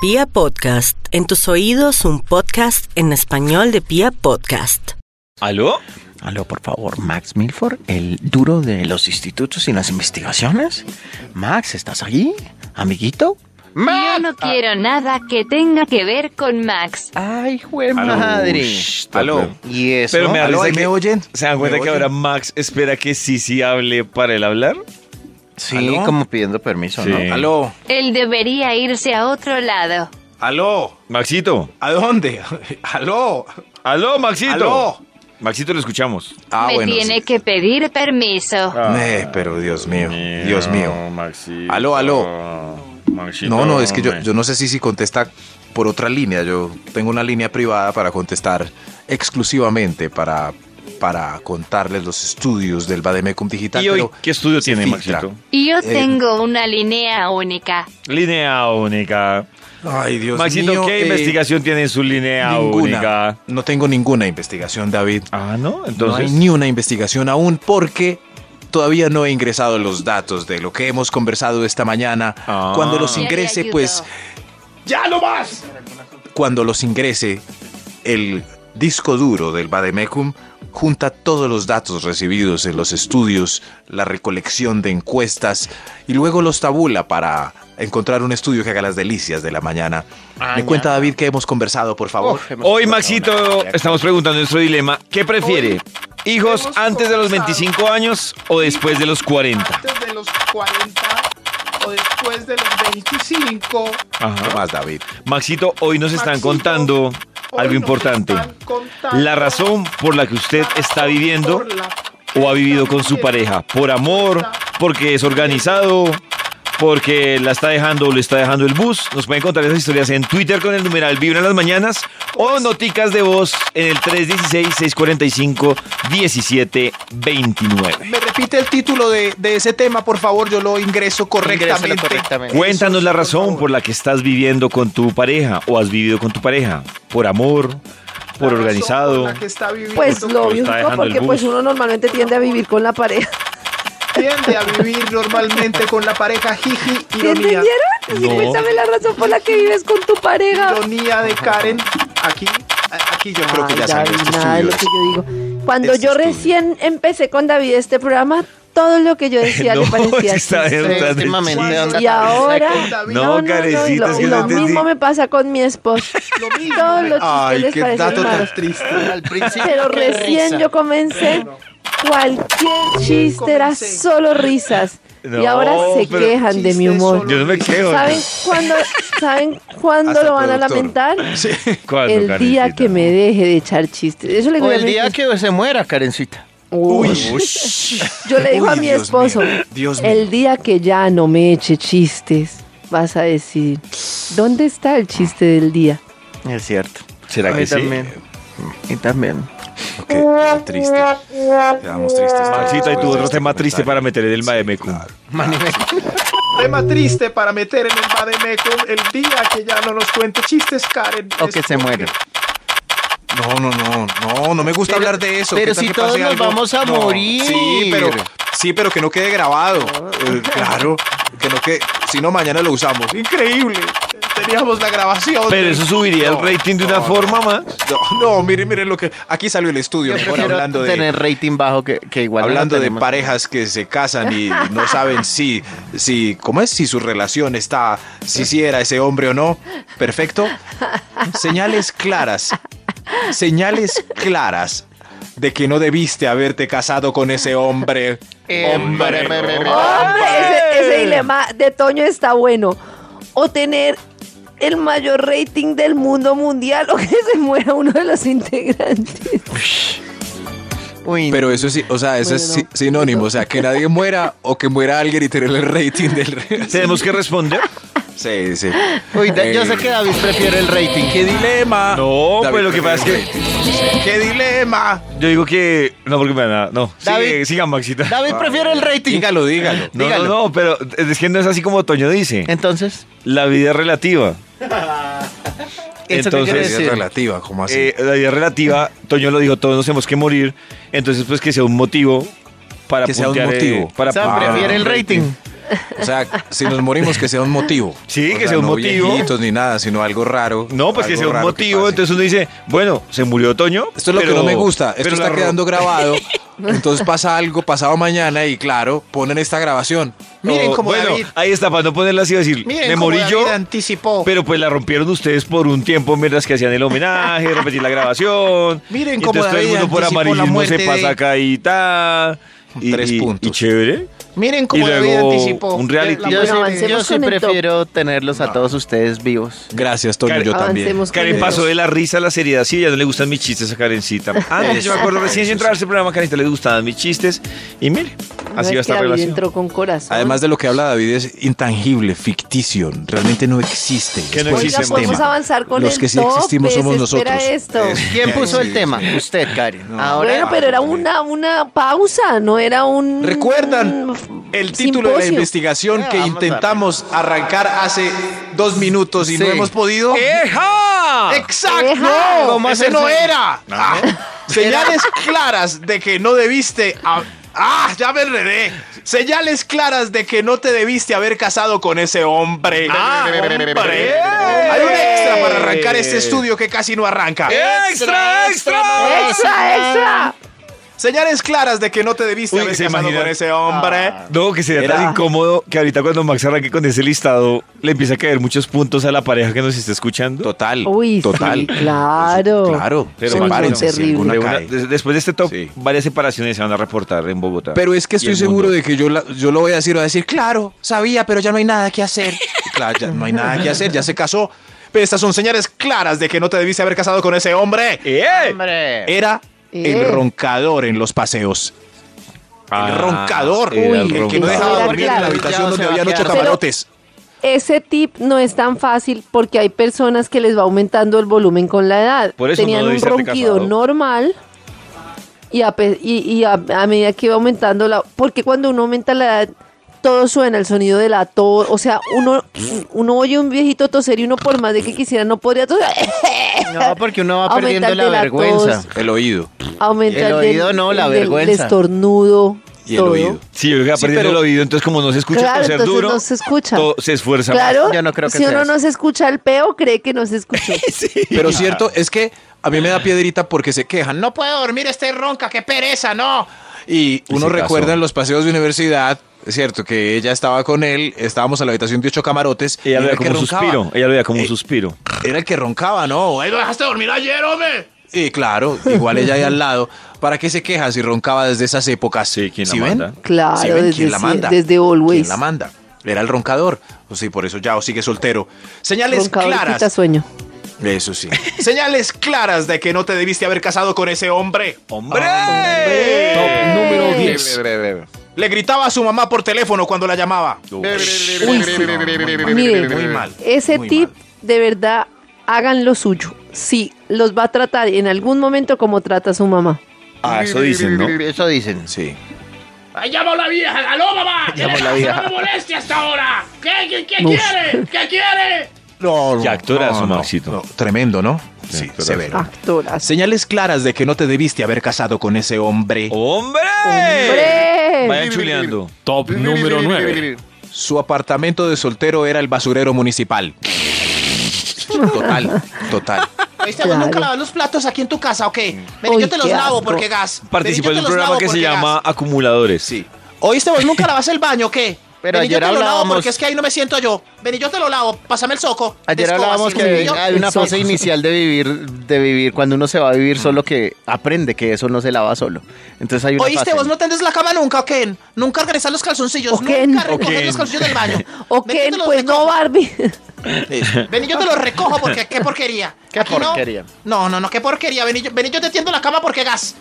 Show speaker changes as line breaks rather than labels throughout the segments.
Pia Podcast, en tus oídos un podcast en español de Pia Podcast.
¿Aló?
Aló, por favor, Max Milford, el duro de los institutos y las investigaciones. Max, ¿estás allí? Amiguito.
Yo no quiero nada que tenga que ver con Max.
Ay, jue
Aló,
madre.
shh, aló.
Y eso.
Pero me da
¿Aló,
risa
ahí
que-
me oyen?
¿Se dan cuenta
¿Me
que
oyen?
ahora Max espera que Sisi hable para él hablar?
Sí,
¿Aló?
como pidiendo permiso,
Sí.
¿no?
Aló,
Él debería irse a otro lado.
aló,
Maxito.
¿a dónde? Aló.
¡Aló, Maxito!
Aló.
Maxito, lo escuchamos.
Ah,
Me
bueno.
tiene Ah.
sí.
que pedir permiso.
Eh, pero Dios mío, Dios mío.
Maxito.
Aló, aló.
Maxito.
No, no, es que yo, yo no sé si si contesta por otra línea. Yo tengo una línea privada para contestar exclusivamente para, para contarles los estudios del Bademecum Digital.
¿Y hoy
pero
qué estudio
se
tiene
filtra.
Maxito?
Yo
Eh.
tengo una línea única.
Línea única.
Ay, Dios
Maxito,
mío.
¿qué
eh,
investigación tiene en su línea
Ninguna.
única?
No tengo ninguna investigación, David.
Ah, ¿no?
no
Entonces...
hay ni una investigación aún porque todavía no he ingresado los datos de lo que hemos conversado esta mañana.
Ah.
Cuando los
Ya le
ingrese,
ayudo.
pues cuando los ingrese, el disco duro del Bademecum junta todos los datos recibidos en los estudios, la recolección de encuestas y luego los tabula para encontrar un estudio que haga las delicias de la mañana.
Ah,
Me cuenta David que hemos conversado, por favor.
Hoy, Maxito, estamos preguntando nuestro dilema. ¿Qué prefiere? ¿Hijos antes de los 25 años o después de los 40?
antes de los 40 o después de los 25.
¿Qué más, David?
Maxito, hoy nos están
Maxito,
contando
hoy
algo
nos
importante.
están contando
La razón por la que usted está viviendo
por la-
o ha vivido con su pareja. Por amor, porque es organizado, porque la está dejando o lo está dejando el bus. Nos pueden contar esas historias en Twitter con el numeral Vibra en las mañanas o noticas de voz en el 316-645-1729.
Me repite el título de, de ese tema, por favor, yo lo ingreso correctamente.
Ingrésalo correctamente.
Cuéntanos la
por
razón
favor.
por la que estás viviendo con tu pareja o has vivido con tu pareja. Por amor, por
La razón
organizado.
por la que está viviendo
Pues
Lo
lo
está
lógico,
dejando el
porque
bus.
pues uno normalmente tiende a vivir con la pareja.
tiende a vivir normalmente con la pareja jiji,
¿Sí
ironía,
entendieron? Sí,
No.
cuéntame la razón por la que vives con tu pareja.
ironía de Karen. Aquí, a- aquí yo creo que
Ay,
ya salió
David,
este
nada de
estudio.
lo que yo digo. Cuando
Este
yo
estudio.
recién empecé con David este programa, todo lo que yo decía
No,
le parecía
está
chiste.
bien, está bien.
Últimamente
Cuando-
anda
Y ahora,
David,
No,
no, no, no, y
Karencita,
lo,
es
y
que no
lo
entendí.
mismo me pasa con mi esposo.
lo mismo.
Todos los
Ay,
chistes les
qué dato
parecen
tan
malos.
triste.
Al principio,
Pero
qué
recién
risa.
yo comencé, cualquier chiste era
Comencé.
solo risas. Y
No,
ahora se
pero-
quejan de mi
Chiste
humor.
solo
Yo no me quejo.
¿Saben cuándo, ¿saben cuándo
Hasta
lo van a
productor.
lamentar?
¿Cuándo,
El día
Karencita?
que me deje de echar chistes. Eso le digo
O
a
el
mi
día
esposo.
que se muera, Karencita.
Uy. Yo le digo a
Uy,
mi
Dios
esposo,
mío, Dios mío.
el día que ya no me eche chistes, vas a decir, ¿dónde está el chiste del día?
Es cierto.
¿Será que
Ay,
sí?
también. Y también.
Ok, qué triste. Quedamos tristes.
Maxito,
y
ahí tuvo
este
otro tema triste para meter en el Mademecu.
Tema triste para meter en el Bademecum el día que ya no nos cuente chistes, Karen.
O
Es
que se
porque-
muera.
No, no, no, no, no me gusta
Pero-
hablar de eso.
pero
¿Qué tal
si
que pase
todos nos
algo?
vamos a morir. Ah.
Sí, pero sí, pero que no quede grabado. Eh, claro, que no quede, si no mañana lo usamos.
Increíble. Teníamos la grabación.
Pero eso subiría el
No,
rating de una
no,
forma más.
No, no, miren, miren lo que aquí salió el estudio,
Yo
mejor
prefiero
hablando de
tener rating bajo que, que igual. no
hablando de
tenemos.
parejas que se casan y no saben si si cómo es si su relación está si sí era ese hombre o no. Perfecto. Señales claras. Señales claras de que no debiste haberte casado con ese hombre.
Eh,
Hombre.
hombre, hombre, hombre.
¡Hombre! Ese, ese dilema de Toño está bueno. O tener el mayor rating del mundo mundial o que se muera uno de los integrantes.
Uy,
Pero eso sí, o sea, eso es si- sinónimo, o sea, que nadie muera o que muera alguien y tener el rating del re-
¿Tenemos que responder?
Sí, sí.
uy, da- yo
Eh,
sé que David prefiere el rating.
qué dilema.
No,
David,
pues lo que pasa es que
qué dilema.
yo digo que... No, porque me van a... No, sigue,
David-
siga, Maxito.
David prefiere el rating.
Dígalo, dígalo.
No, no,
dígalo.
no, pero es que no es así como Toño dice.
Entonces,
La vida es relativa.
¿eso qué quiere
Entonces,
Es
decir?
relativa, como así.
Eh, la vida relativa, Toño lo dijo, todos nos tenemos que morir. Entonces, pues que sea un motivo para
Que sea un
puntear, eh,
motivo.
para
O sea,
puntear
prefiere el rating.
O sea, si nos morimos, que sea un motivo.
Sí,
O
que sea un
no
motivo.
viejitos ni nada, sino algo raro.
No, pues que
algo
sea un
raro que
motivo.
pase.
entonces uno dice, bueno, se murió Toño.
Esto es lo
pero-
que no me gusta. Esto
pero
está
la ro-
quedando grabado. Entonces pasa algo pasado mañana y claro, ponen esta grabación.
Miren
o,
cómo
Oh, bueno,
David-
ahí está, para no ponerla así decir,
Miren
me
cómo
morí
David
yo,
anticipó.
pero pues la rompieron ustedes por un tiempo mientras que hacían el homenaje, repetir la grabación.
Miren
Y
cómo
entonces todo el
David
mundo por
anticipó la
amarillismo se
muerte
pasa
de-
acá y tal. Y,
Tres
y- y
puntos.
chévere.
Miren cómo
y
David
luego
anticipó.
un reality.
La
Yo
muerte
sí-
de-
Avancemos
Yo sí
con el top.
prefiero tenerlos a todos ustedes vivos.
Gracias, Toño,
Karen-
yo también.
Avancemos con
Karen
el
pasó
top.
de la risa a la seriedad. Sí, ya no le gustan mis chistes a Karencita. Antes, yo me acuerdo, recién de entrar a este programa, Karencita le gustaban mis chistes. Y mire,
No
así
es
va
que
esta
David
relación.
entró con corazón.
Además de lo que habla David, es intangible, ficticio. Realmente no existe.
Que no
Es por
Oiga,
existe
el
podemos
tema.
avanzar con
Los
el
que sí
top,
existimos somos
desespera
nosotros.
esto. eh,
Es-
¿Quién puso el
Sí,
tema?
sí.
Usted, Karen.
No.
Ahora,
Bueno, pues, pero era una, una pausa, no era un...
¿Recuerdan el título de la
Mm, simposio.
investigación que
Vamos a ver.
intentamos arrancar hace dos minutos y no
Sí.
hemos podido?
¡Eja!
Deja.
¡Exacto!
¿Cómo
¡Ese
hacerse?
no era! Ah, señales claras de que no debiste... a- ¡Ah! ¡Ya me enredé! Señales claras de que no te debiste haber casado con ese hombre.
Ah,
¡Hombre!
Hay un extra para arrancar este estudio que casi no arranca.
Eh. ¡Extra, extra!
¡Extra, extra!
Señales claras de que no te debiste
Uy,
haber
¿se
casado
imaginan?
con ese hombre.
No, que sería
Era-
tan incómodo que ahorita cuando Max arranque con ese listado le empieza a caer muchos puntos a la pareja que nos está escuchando.
Total.
Uy,
total.
sí, claro.
Claro.
Pero
sepárense
bueno,
si
terrible.
alguna
De una-
cae.
des- después de este top,
Sí.
varias separaciones se van a reportar en Bogotá.
Pero es
Y
que estoy
el
seguro
mundo.
de que yo, la- yo lo voy a decir, voy a decir, claro, sabía, pero ya no hay nada que hacer. Y Claro, ya no hay nada que hacer, ya se casó. Pero estas son señales claras de que no te debiste haber casado con ese hombre.
¡Eh!
Hombre.
Era
Eh.
el roncador en los paseos.
Ah,
el roncador.
era
el,
el
que no
roncador.
dejaba
Era
dormir en
claro.
la habitación
Ya
donde
se va
habían
a
ocho
quedar.
camarotes.
Ese tip no es tan fácil porque hay personas que les va aumentando el volumen con la edad.
Por eso
Tenían
no
un
debiste haberte
ronquido
casado.
normal y, a, pe- y- y a- a medida que va aumentando la... Porque cuando uno aumenta la edad, todo suena, el sonido de la tos. O sea, uno, uno oye un viejito toser y uno por más de que quisiera no podría toser.
No, porque uno va
Aumenta
perdiendo
el
la
de la
vergüenza.
tos.
El oído.
Aumenta
El
del-
oído no, la
el del-
vergüenza.
El estornudo.
Y el
todo.
oído.
Sí, yo creo que va
Sí,
perdiendo
pero-
el oído, entonces como no se escucha
Claro,
toser
entonces
duro,
no se escucha.
to- se esfuerza más.
Claro,
Yo no creo que
si
sea
uno
eso.
no se escucha el peo, cree que no se escuchó.
Pero cierto, es que a mí me da piedrita porque se quejan. No puedo dormir, estoy ronca, qué pereza, no. Y uno
se
recuerda
casó.
en los paseos de universidad, es cierto, que ella estaba con él, estábamos en la habitación de ocho camarotes.
Ella
y
lo
era
veía
el que
como un
roncaba.
suspiro, ella lo veía como un
Eh,
suspiro.
Era el que roncaba, ¿no? ¡Ey, lo dejaste dormir ayer, hombre! Y claro, igual ella ahí al lado. ¿Para qué se queja si roncaba desde esas épocas?
Sí, ¿quién la
ven?
manda?
Claro,
¿Sí ven?
desde
¿Quién la
sie-
manda?
desde Always.
¿Quién la manda? Era el roncador. O sí, por eso ya o sigue soltero. Señales
Roncador
claras.
quita sueño.
Eso sí. Señales claras de que no te debiste haber casado con ese hombre.
¡Hombre!
Top número 10. Le gritaba a su mamá por teléfono cuando la llamaba.
Mire,
Muy mal.
ese
muy
tip
mal.
de verdad, hagan lo suyo. Sí, los va a tratar en algún momento como trata su mamá.
Ah, eso dicen, ¿no?
Eso dicen.
Sí.
¡Ahí llamó la vieja! ¡Aló, mamá!
Llamó
¿Qué
la
le
vieja.
pasa? ¡No me moleste hasta ahora! ¿Qué, qué, qué
Uf.
quiere? ¿Qué quiere?
No,
Qué actorazo, Maxito.
tremendo, ¿no? Sí,
actorazo.
severo.
Actoras.
Señales claras de que no te debiste haber casado con ese hombre.
¡Hombre!
¡Hombre!
Vayan chuleando.
Top número 9.
Su apartamento de soltero era el basurero municipal. Total, total. Mm.
¿Viste?
Claro. nunca
lavas los platos aquí en tu casa o qué?
Vení, Uy, yo te los qué lavo asco. porque
gas.
Participó en un programa que se llama Acumuladores. Sí.
¿Oíste vos nunca lavas el baño o qué?
Pero
Vení, yo
ayer
te lo lavo
hablábamos-
porque es que ahí no me siento yo. Vení, yo te lo lavo. Pásame el soco.
Ayer
de escoba,
hablábamos
sí,
que
yo-
hay una
Eso.
fase inicial de vivir, de vivir cuando uno se va a vivir solo que aprende que eso no se lava solo. Entonces hay una
¿Oíste?
fase.
¿Vos no tendes la cama nunca, Ken? Nunca regresas los calzoncillos.
¿O Ken?
Nunca
¿O
recoges
Ken?
los calzoncillos del baño.
O
Ven, yo
Ken,
te los
pues
recojo.
no, Barbie.
Vení, yo te los recojo porque qué porquería.
Qué
Aquí no.
porquería.
No, no, no, qué porquería. Vení, yo- vení, yo te tiendo la cama porque gas.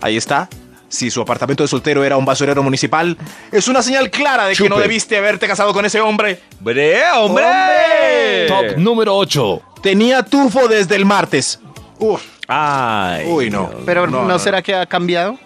Ahí está. Si su apartamento de soltero era un basurero municipal, es una señal clara de que no
Chupe.
debiste haberte casado con ese hombre.
¡Hombre! ¡Hombre!
Top número 8.
Tenía tufo desde el martes. Uf,
¡Ay!
uy, no.
Pero no, será que ha cambiado?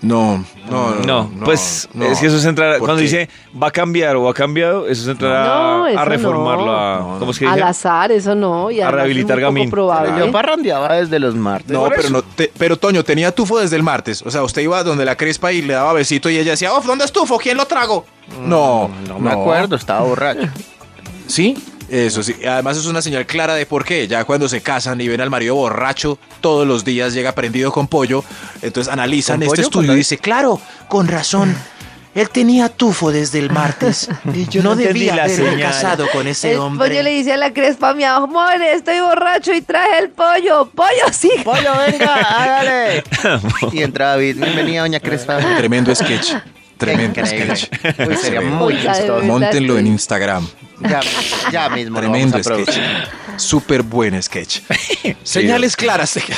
No, no, no.
No, pues es que eso es entrar.
¿Por
Cuando
qué?
dice va a cambiar o ha cambiado, eso es entrar a-
No,
a,
eso
reformarlo.
no.
A, ¿Cómo es que
Al
dice?
azar, eso no. Y
A
además es
rehabilitar
muy poco
gamín.
probable. ¿eh?
Yo parrandeaba desde los martes.
No,
Por
pero,
eso.
no te- pero Toño tenía tufo desde el martes. O sea, usted iba donde la crespa y le daba besito y ella decía, oh, ¿dónde es tufo? ¿Quién lo trago?
Mm,
No,
No me acuerdo, estaba borracho.
Sí, eso sí. Además es una señal clara de por qué. Ya cuando se casan y ven al marido borracho todos los días, llega prendido con pollo. Entonces analizan
¿Con
este
pollo?
estudio
¿Con
y
la-
dice, claro,
Con razón. Él tenía tufo desde el martes. Y yo no,
no entendí
debía
la
haberme
señal.
casado con ese
El
hombre.
pollo Eh, pues le dice a la crespa, mi amor, estoy borracho y traje el pollo. Pollo, sí.
¡Pollo, venga! ¡Hágale! y entra David. Bienvenida, doña Cresta.
tremendo sketch. Tremendo
Increíble.
sketch.
Uy, sería muy
Oiga, de
chistoso.
verdad.
Móntenlo en Instagram.
Ya, ya mismo lo vamos
Tremendo
a producir.
sketch. Súper buen sketch. Señales claras. de que-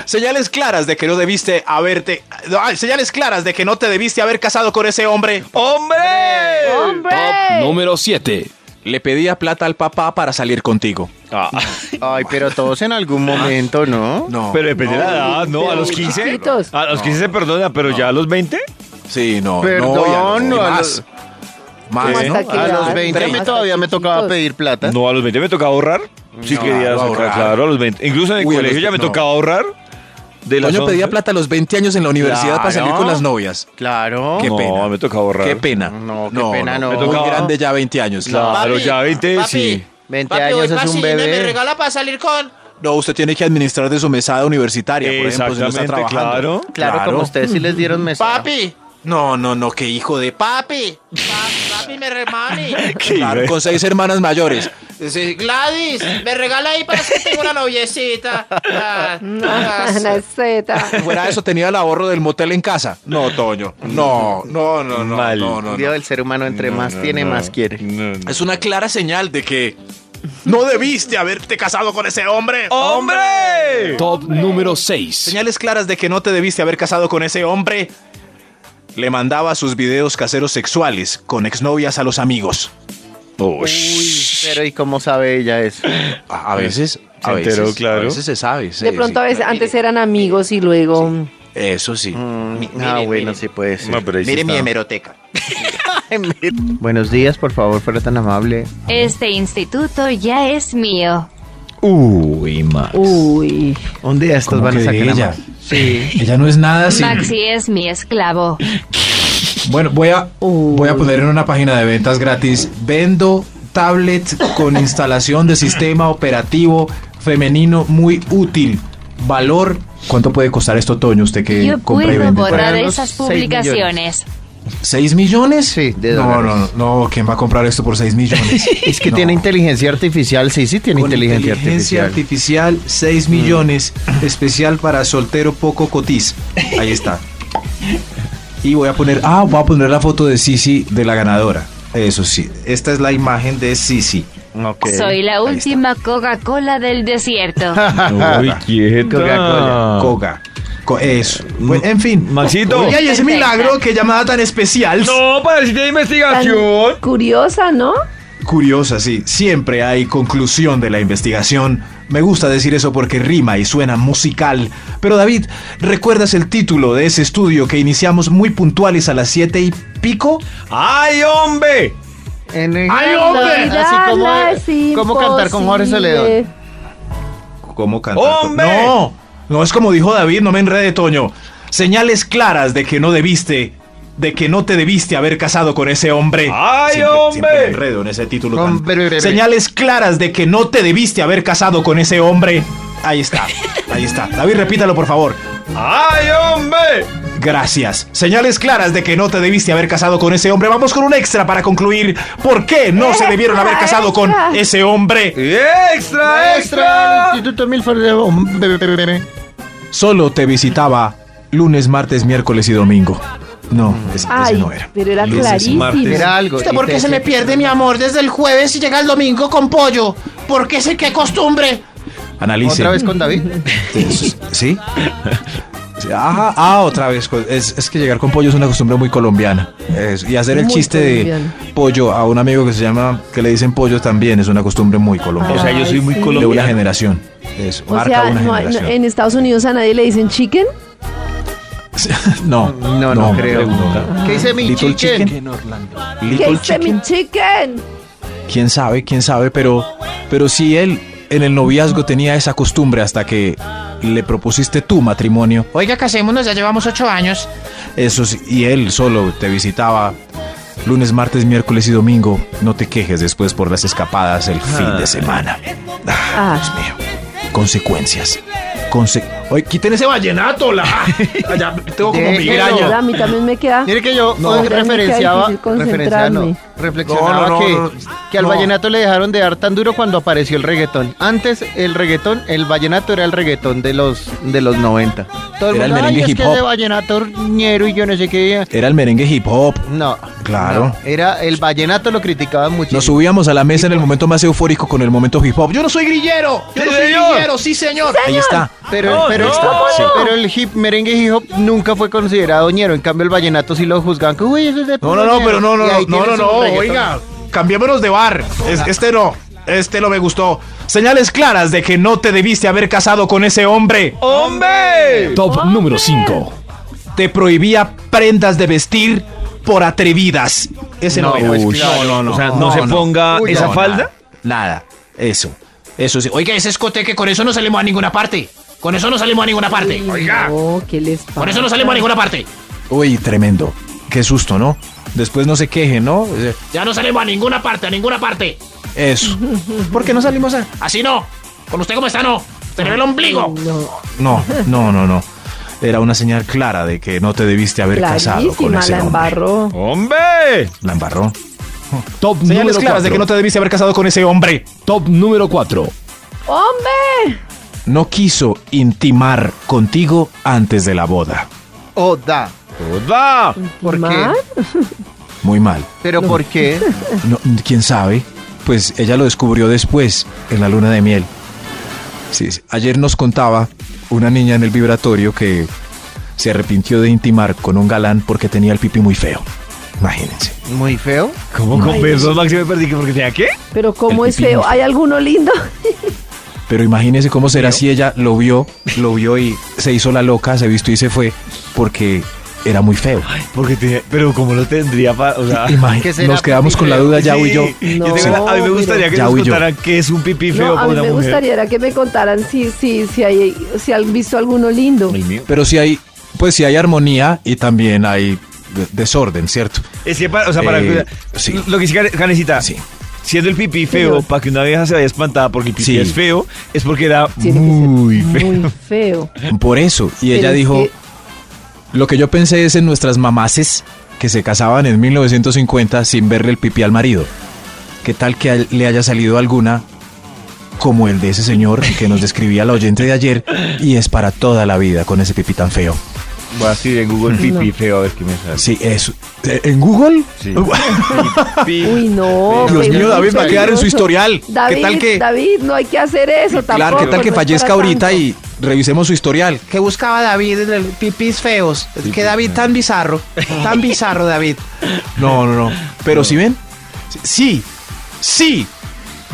señales claras de que no debiste haberte. ay, señales claras de que no te debiste haber casado con ese hombre.
¡Hombre!
¡Hombre!
Top número 7.
Le pedía plata al papá para salir contigo.
Ay, pero todos en algún momento, ¿no?
No.
Pero depende de la edad, ¿no? A
pero
los 15.
chiquitos.
A los 15 se perdona, pero ya a los 20.
Sí, no.
Perdón,
no, y a los- y
no, a
más. Más,
¿Cómo
¿no?
hasta qué
A los
edad?
20
Treinta.
me- todavía me tocaba pedir plata.
No, a los 20 me tocaba ahorrar. Sí,
¿Eh? No,
quería sacar,
ahorrar.
claro, a los 20. Incluso en el
Uy, a los
colegio ya me
20, no.
tocaba ahorrar. De las
Toño
11.
pedía plata a los 20 años en la universidad para salir
Claro.
con las novias.
Claro.
Qué
No,
pena.
me tocaba ahorrar.
Qué pena.
No, qué pena, no.
Me
Me
Muy
tocaba-
grande ya 20 años.
Claro,
Papi,
ya 20,
papi,
sí.
20
papi,
años
hoy
es un
Pasine me
bebé.
regala para salir con...
No, usted tiene que administrar de su mesada universitaria, por ejemplo, si no está
Exactamente,
trabajando.
claro.
Claro, como ustedes sí les dieron mesada.
Papi,
No, no, no, qué hijo de pa.
papi, pa- papi, me re- mami.
Claro, con seis hermanas mayores.
Sí, Gladys, me regala ahí para que tenga una noviecita. Ah, ah,
Una seta.
Fuera de eso tenía el ahorro del motel en casa. No, Toño. No, no, no, no.
Mal.
No, no, no.
Dios, el ser humano entre más tiene, más quiere.
No, no.
Es una clara señal de que no debiste haberte casado con ese hombre.
¡Hombre!
Top número 6.
Oh. Señales claras de que no te debiste haber casado con ese hombre. Le mandaba sus videos caseros sexuales con exnovias a los amigos.
Uy, pero ¿y cómo sabe ella eso?
A, a veces, a
Se
veces,
enteró, claro.
a veces se sabe. sí,
De pronto a
sí.
veces, antes eran amigos y luego...
Eso sí.
Mm,
Mi-
ah,
mire,
bueno,
mire.
sí puede ser.
No, pero ahí sí
Mire mi
estaba.
hemeroteca.
Buenos días, por favor, fuera tan amable.
Este instituto ya es mío.
Uy, Max.
Uy.
Un día estos van a sacar a
ella?
Max.
Sí. Ella no es nada sin...
Maxi es mi esclavo.
Bueno, voy a, voy a poner en una página de ventas gratis. Vendo tablet con instalación de sistema operativo femenino muy útil. Valor. ¿Cuánto puede costar esto, Toño? Usted que
Yo
compra y
puedo
vende.
borrar
Para unos
esas
seis
publicaciones.
¿Seis millones?
Sí, de
no, no,
dólares.
no, ¿Quién va a comprar esto por 6 millones?
Es que
No.
tiene inteligencia artificial, sí, sí tiene
Con
inteligencia,
inteligencia
artificial.
artificial. 6 millones. Especial para soltero poco cotiz. Ahí está. Y voy a poner. Ah, voy a poner la foto de Sisi de la ganadora. Eso sí. Esta es la imagen de Sisi.
Ok.
Soy la última Coca-Cola del desierto.
Uy, quieta.
Coca-Cola.
Ah. Coca. Co- eso. Bueno, en fin.
Maxito.
Oye, y ese milagro que llamada tan especial.
No, para decirte de
Tan
investigación.
curiosa, ¿no?
Curiosa, sí. Siempre hay conclusión de la investigación. Me gusta decir eso porque rima y suena musical. Pero David, ¿recuerdas el título de ese estudio que iniciamos muy puntuales a las 7 y pico?
¡Ay, hombre!
En-
¡Ay, hombre!
Así como,
Las
¿cómo cantar con Jorge Celedón?
imposibles.
¿Cómo cantar?
¡Hombre!
No, no es como dijo David, no me enrede, Toño. Señales claras de que no debiste, de que no te debiste haber casado con ese hombre.
¡Ay,
Siempre-
hombre!
siempre me enredo en ese título. tan-
Hombre.
Señales claras de que no te debiste haber casado con ese hombre. Ahí está, ahí está. David, repítalo, por favor.
¡Ay, hombre!
Gracias. Señales claras de que no te debiste haber casado con ese hombre. Vamos con un extra para concluir. ¿Por qué no se debieron haber casado con ese hombre?
¡Extra,
Extra, el
extra!
Instituto Milford de hombre, bebé, bebé.
Solo te visitaba lunes, martes, miércoles y domingo. No,
Mm.
ese, ese
Ay,
no era.
pero era
Lunes,
clarísimo.
martes.
Era algo.
¿Usted por
y
qué
te-
se me pierde mi amor desde el jueves y llega el domingo con pollo? Porque es el que costumbre.
Analice.
¿Otra vez con David?
¿Sí? Ah, ah, otra vez. Es, es que llegar con pollo es una costumbre muy colombiana. Es- y hacer el
Muy
chiste de
colombiana.
pollo a un amigo que se llama, que le dicen pollo también, es una costumbre muy colombiana.
O sea, yo soy muy
Ay, sí.
de una
colombiano.
generación. Eso,
O
marca
sea,
una
no hay- no-
generación.
en Estados Unidos a nadie le dicen chicken.
No,
No, no, creo.
pregunta.
¿Qué dice mi
Little
chicken?
Chicken.
¿Qué
Little
hice mi
Chicken.
chicken?
Quién sabe, quién sabe, pero, pero si él en el noviazgo tenía esa costumbre hasta que le propusiste tu matrimonio,
Oiga, casémonos, ya llevamos ocho años.
eso sí, y él solo te visitaba lunes, martes, miércoles y domingo, no te quejes después por las escapadas el fin de semana.
Ah,
Dios mío. Consecuencias. Conse Oye, quiten ese vallenato, la. Ya tengo como
Déjelo.
migraña.
a mí también me queda.
Mire que yo
No.
hoy referenciaba,
Es difícil
referenciaba no,
No,
reflexionaba
no,
que,
no, no,
que al
no.
vallenato le dejaron de dar tan duro cuando apareció el reggaetón. Antes el reggaetón, el vallenato era el reggaetón de los de los 90. Todo el
Era el
mundo, "Ay,
merengue
es
hip
que
hop".
ese vallenato ñero y yo no sé qué.
Era el merengue hip hop.
No.
Claro.
no, era el vallenato lo criticaban mucho.
Nos subíamos a la mesa en el momento más eufórico con el momento hip hop. Yo no soy grillero. Yo no soy grillero, sí, señor. Ahí está.
Pero,
No,
pero,
no.
sí, pero el hip merengue hip hop nunca fue considerado ñero. En cambio el vallenato sí lo juzgaban. que, "Uy, eso es de
No,
puro
no, no,
ñero".
pero no, no,
Y
no,
ahí
no,
tiene
no,
su
no,
reggaetón.
oiga, cambiémonos de bar. Es- este no, este no me gustó. Señales claras de que no te debiste haber casado con ese hombre.
¡Hombre!
Top número 5.
Te prohibía prendas de vestir por atrevidas. Ese no,
No,
era.
pues,
Uy,
claro.
O sea, no, se ponga
Uy,
esa
no,
falda.
Nada, eso. Eso sí.
Oiga, ese escote que con eso no salimos a ninguna parte. Con eso no salimos a ninguna parte. Oiga,
No, ¿qué les pasa?
con eso no salimos a ninguna parte.
Uy, tremendo. Qué susto, ¿no? Después no se queje, ¿no? Eh,
Ya no salimos a ninguna parte, a ninguna parte.
Eso. ¿Por qué no salimos a.?
Así no. Con usted como está, no. Se le ve el ombligo.
No, no, no, no. Era una señal clara de que no te debiste haber casado con
Clarísima,
ese
la
hombre.
embarró.
¡Hombre!
La embarró.
Top número 4.
te debiste haber casado con ese hombre.
Top número 4.
¡Hombre!
No quiso intimar contigo antes de la boda.
Oh, da.
¡Toda!
¿Por qué?
¿Más?
Muy mal.
¿Pero por qué?
No, ¿Quién sabe? Pues ella lo descubrió después, en la luna de miel. Sí, sí. Ayer nos contaba una niña en el vibratorio que se arrepintió de intimar con un galán porque tenía el pipi muy feo. Imagínense.
¿Muy feo?
¿Cómo compensó Máximo perdí que porque tenía qué?
Pero ¿cómo
El
es
pipí.
feo? ¿Hay alguno lindo?
Pero imagínense cómo será si ella lo vio, lo vio y se hizo la loca, se vistió y se fue porque era muy feo. Ah,
Porque tenía, pero como lo tendría para, o sea,
Imagi-
¿Qué será
nos quedamos con la duda, ya y yo.
Sí,
No,
yo tengo la- a mí me gustaría que
Ya
nos
huí yo.
contaran qué es un pipí feo
No, a
para
mí
una
me
mujer.
gustaría era que me contaran si, si, si, hay, si han visto alguno lindo.
Pero si hay, pues si hay armonía y también hay de- desorden, ¿cierto?
Es que para, o sea, para
Eh,
cuidar-
sí.
lo que sí Care- Canecita,
Sí.
siendo el pipí feo,
Señor.
para que una vieja se vaya espantada porque el pipí
Sí.
es feo, es porque era
Tiene que ser
muy feo.
Muy feo.
Por eso. Y ella
Pero es
dijo,
que-
lo que yo pensé es en nuestras mamaces que se casaban en 1950 sin verle el pipí al marido. ¿Qué tal que a él le haya salido alguna como el de ese señor que nos describía la oyente de ayer y es para toda la vida con ese pipí tan feo?
Voy a escribir en Google pipí feo a ver qué me sale.
Sí, eso. Eh, ¿En Google?
Sí.
Uy, no.
Dios
pero
mío,
es
David
muy
va a quedar en su
peligroso.
historial.
David,
¿Qué tal que,
David, no hay que hacer eso tampoco.
claro, ¿qué tal que
no es
fallezca
para
ahorita
tanto.
y revisemos su historial?
Que buscaba David en el pipis feos. Es que David tan bizarro. Tan bizarro, David.
No, no, Eh, no. Pero si ven, sí, sí.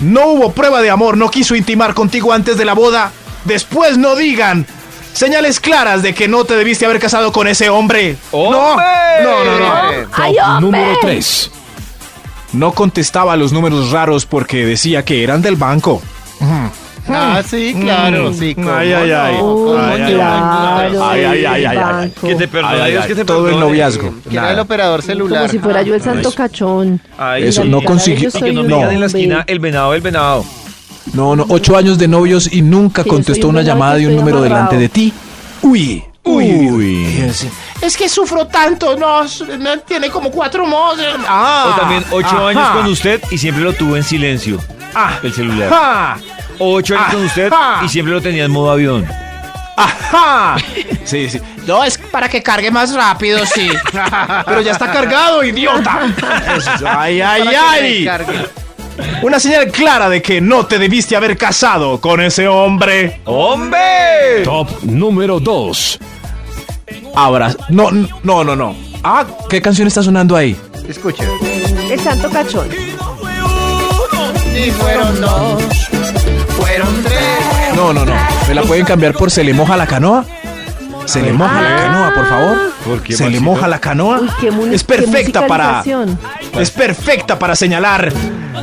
No hubo prueba de amor, no quiso intimar contigo antes de la boda. Después no digan señales claras de que no te debiste haber casado con ese hombre.
¡Hombre!
No, no, no, no.
¡Oh! ¡Ay,
Top
hombre!
número 3.
No contestaba los números raros porque decía que eran del banco.
Ah, sí, claro,
Mm.
sí. cómo
Ay, ay,
no.
ay.
Uy,
Ay, ay,
claro.
Ay, ay, ay, ay, ay.
banco.
Que te perdone,
Ay, ay,
Dios,
ay,
que te
todo
perdone.
el noviazgo.
Que era el operador celular.
Como si fuera yo el santo cachón.
Ay,
Eso,
sí.
no
Y que
consiguió-
Yo soy
no
un
me digan en la
hombre.
esquina el venado, el venado.
No, no, ocho años de novios y nunca
Que yo soy
contestó
un
una
venado
llamada
que
de un
estoy
número
amarrado.
delante de ti. Uy, uy, uy.
Es que sufro tanto. No, no, tiene como cuatro mozos. Ah.
O también ocho
ajá.
años con usted y siempre lo tuvo en silencio.
Ah,
El celular. O ocho años con usted
Ajá.
y siempre lo tenía en modo avión.
¡Ajá! Sí, sí.
No, es para que cargue más rápido, sí.
Pero ya está cargado, idiota. ay, ay,
Ah, Para que
ay.
descargue.
Una señal clara de que no te debiste haber casado con ese hombre.
¡Hombre!
Top número 2.
Abra. No, no, no, no. Ah, ¿qué canción está sonando ahí?
Escuche.
El santo cachón.
Y fueron dos. Fueron tres.
No, no, no. ¿Me la pueden cambiar por Se le moja la canoa? ¿Se le moja la canoa, por favor? ¿Se le moja la canoa?
Ah. qué mu-
es
qué
perfecta para...
musicalización.
Es perfecta para señalar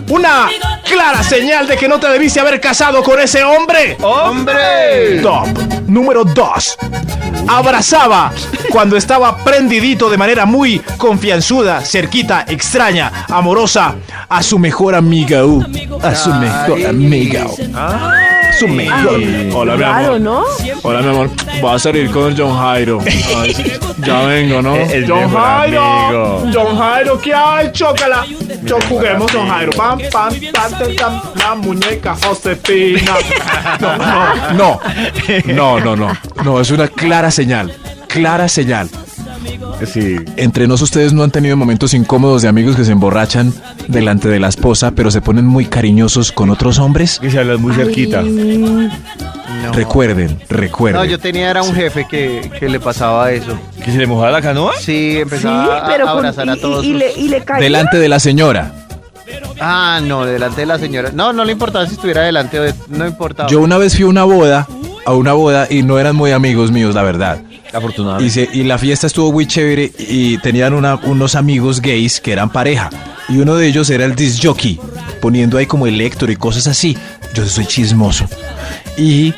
una clara señal de que no te debiste haber casado con ese hombre.
¡Hombre!
Top número 2. Abrazaba cuando estaba prendidito de manera muy confianzuda, cerquita, extraña, amorosa, a su mejor amiga. uh, A su mejor amiga. uh. Su mejor.
Hola, mi
Claro,
amor.
¿no?
Hola, mi amor. Va a salir con John Jairo. Ay, ya vengo, ¿no?
El
John
mejor
Jairo,
amigo.
John Jairo, ¿qué hay? Chócala. Yo juguemos, John Jairo. Pam, pam, pam, tan, tan, la muñeca Josefina. No, no.
No, no, no, no. No, es una clara señal. Clara señal.
Sí.
Entre nos ustedes no han tenido momentos incómodos de amigos que se emborrachan delante de la esposa, pero se ponen muy cariñosos con otros hombres.
Que se hablan muy cerquita.
Recuerden, recuerden.
No, yo tenía era un jefe que, que le pasaba eso.
¿Que se le mojaba la canoa?
Sí, empezaba a- a
con-
abrazar a
y-
todos.
Y, y
sus-
le, y le caía.
Delante de la señora.
Ah, no, delante de la señora. No, no le importaba si estuviera delante o de- no importaba.
Yo una vez fui a una boda, a una boda y no eran muy amigos míos, la verdad.
Pues
Y,
Afortunadamente.
se- y la fiesta estuvo muy chévere y tenían una- unos amigos gays que eran pareja. Y uno de ellos era el disc jockey, poniendo ahí como electro y cosas así. Yo soy chismoso. Y,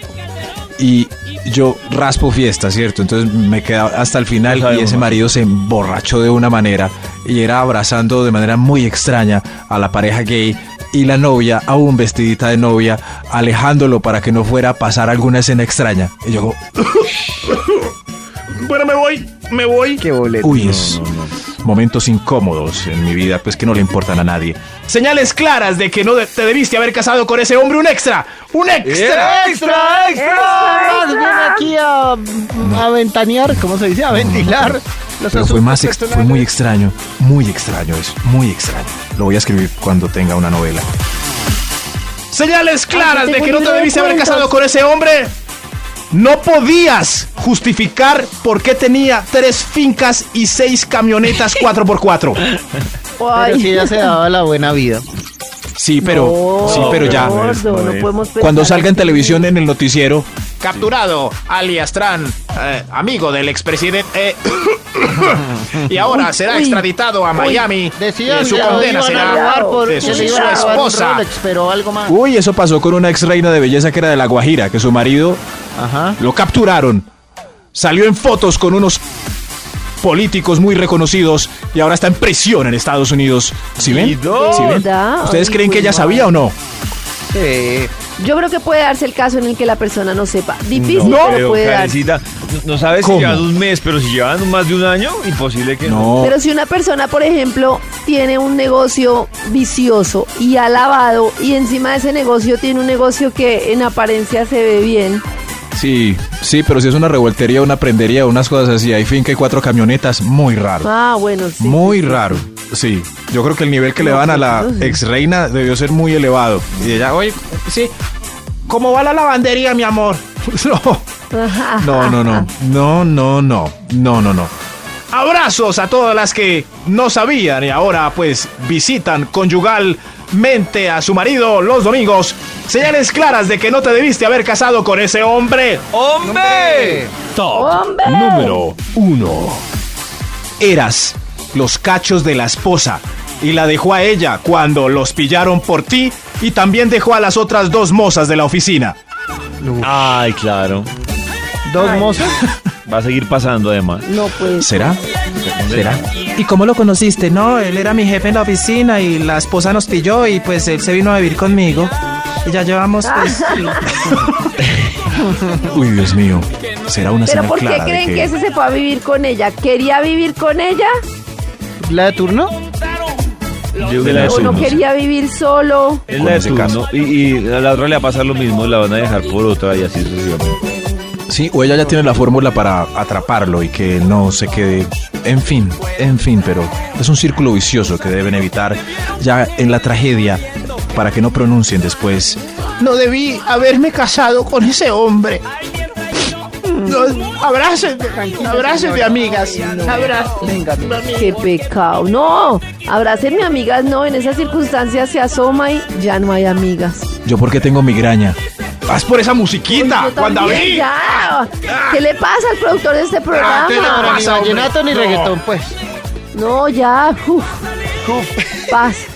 y yo raspo fiesta, ¿cierto? Entonces me quedaba hasta el final
No sabemos
y ese
más.
marido se emborrachó de una manera y era abrazando de manera muy extraña a la pareja gay y la novia, aún vestidita de novia, alejándolo para que no fuera a pasar alguna escena extraña. Y yo, como,
Bueno, me voy, me voy.
Qué boleto.
Uy, es momentos incómodos en mi vida, pues que no le importan a nadie.
Señales claras de que no de- te debiste haber casado con ese hombre. Un extra, un
Eh,
extra.
¡Extra,
Más bien Ah, aquí a, a ventanear, ¿cómo se dice? A ventilar. los
Pero fue
asuntos
más, ex- fue
personales.
muy extraño, muy extraño es, muy extraño. Lo voy a escribir cuando tenga una novela.
Señales claras
Ay, yo
de
tengo
que no
un
te
libro de
debiste haber
cuentos.
casado con ese hombre. No podías justificar por qué tenía tres fincas y seis camionetas 4x4.
Pero
Ay.
si ella se daba la buena vida.
Sí, pero,
No,
sí, pero ya.
gordo, no
Pues,
podemos
Cuando
pensar este
salga en
así.
televisión en el noticiero,
Capturado, alias Tran, eh, amigo del expresidente. eh, y ahora será
uy.
extraditado a Miami.
Decían
Eh, su
que lo
condena
iban a
será
grabar por
de su,
que le iban a
su
grabar un
esposa.
Rolex, pero algo más.
uy, eso pasó con una ex reina de belleza que era de La Guajira, que su marido
Ajá.
lo capturaron. Salió en fotos con unos políticos muy reconocidos y ahora está en prisión en Estados Unidos. ¿Sí ven? ¿Sí ven?
¿Verdad?
¿Ustedes
Ay, pues
creen que
güey,
ella
madre.
sabía o no?
Sí.
Yo creo que puede darse el caso en el que la persona no sepa. Difícil, pero
creo,
puede darse.
Karencita. No sabes
¿Cómo?
si llevan un mes, pero si llevan más de un año, imposible que no.
Pero si una persona, por ejemplo, tiene un negocio vicioso y ha lavado y encima de ese negocio tiene un negocio que en apariencia se ve bien,
Sí, sí, pero si es una revueltería, una prendería, unas cosas así, hay finca y cuatro camionetas, muy raro.
ah, bueno, sí.
Muy raro. Sí, yo creo que el nivel que le dan a la ex reina debió ser muy elevado. Y ella, oye,
Sí. ¿Cómo va la lavandería, mi amor?
no, no, no, no, no, no, no, no, no, no.
Abrazos a todas las que no sabían y ahora pues visitan conyugalmente a su marido los domingos. Señales claras de que no te debiste haber casado con ese hombre.
¡Hombre!
Top
¡Hombre!
número 1.
Eras los cachos de la esposa y la dejó a ella cuando los pillaron por ti y también dejó a las otras dos mozas de la oficina.
Ay, claro.
Dos mozos.
Va a seguir pasando además.
No, pues.
¿Será? ¿Será?
¿Y cómo lo conociste? No, él era mi jefe en la oficina y la esposa nos pilló y pues él se vino a vivir conmigo. Y ya llevamos pues...
Uy, Dios mío. Será una
¿Pero
señal
por qué
clara de
creen que ese se fue a vivir con ella? ¿Quería vivir con ella?
¿La de turno?
Yo de la de
¿O no
turno.
quería vivir solo?
Es la de
Con ese
turno. Y, y a la otra le va a pasar lo mismo, la van a dejar por otra y así sucesivamente.
Sí, o ella ya tiene la fórmula para atraparlo y que no se quede. En fin, en fin, pero es un círculo vicioso que deben evitar ya en la tragedia para que no pronuncien después.
No debí haberme casado con ese hombre. No, abracen, abracen de amigas.
Qué pecado. No, abracen mi amigas, no. En esas circunstancias se asoma y ya no hay amigas.
Yo porque tengo migraña. Haz por esa musiquita, Juan David. Ah.
Ya. ¿Qué le pasa al productor de este programa?
Antes no era ni pues.
Pasa, hombre.
vallenato ni
No.
reggaetón, pues.
No, ya. Uf. Paz.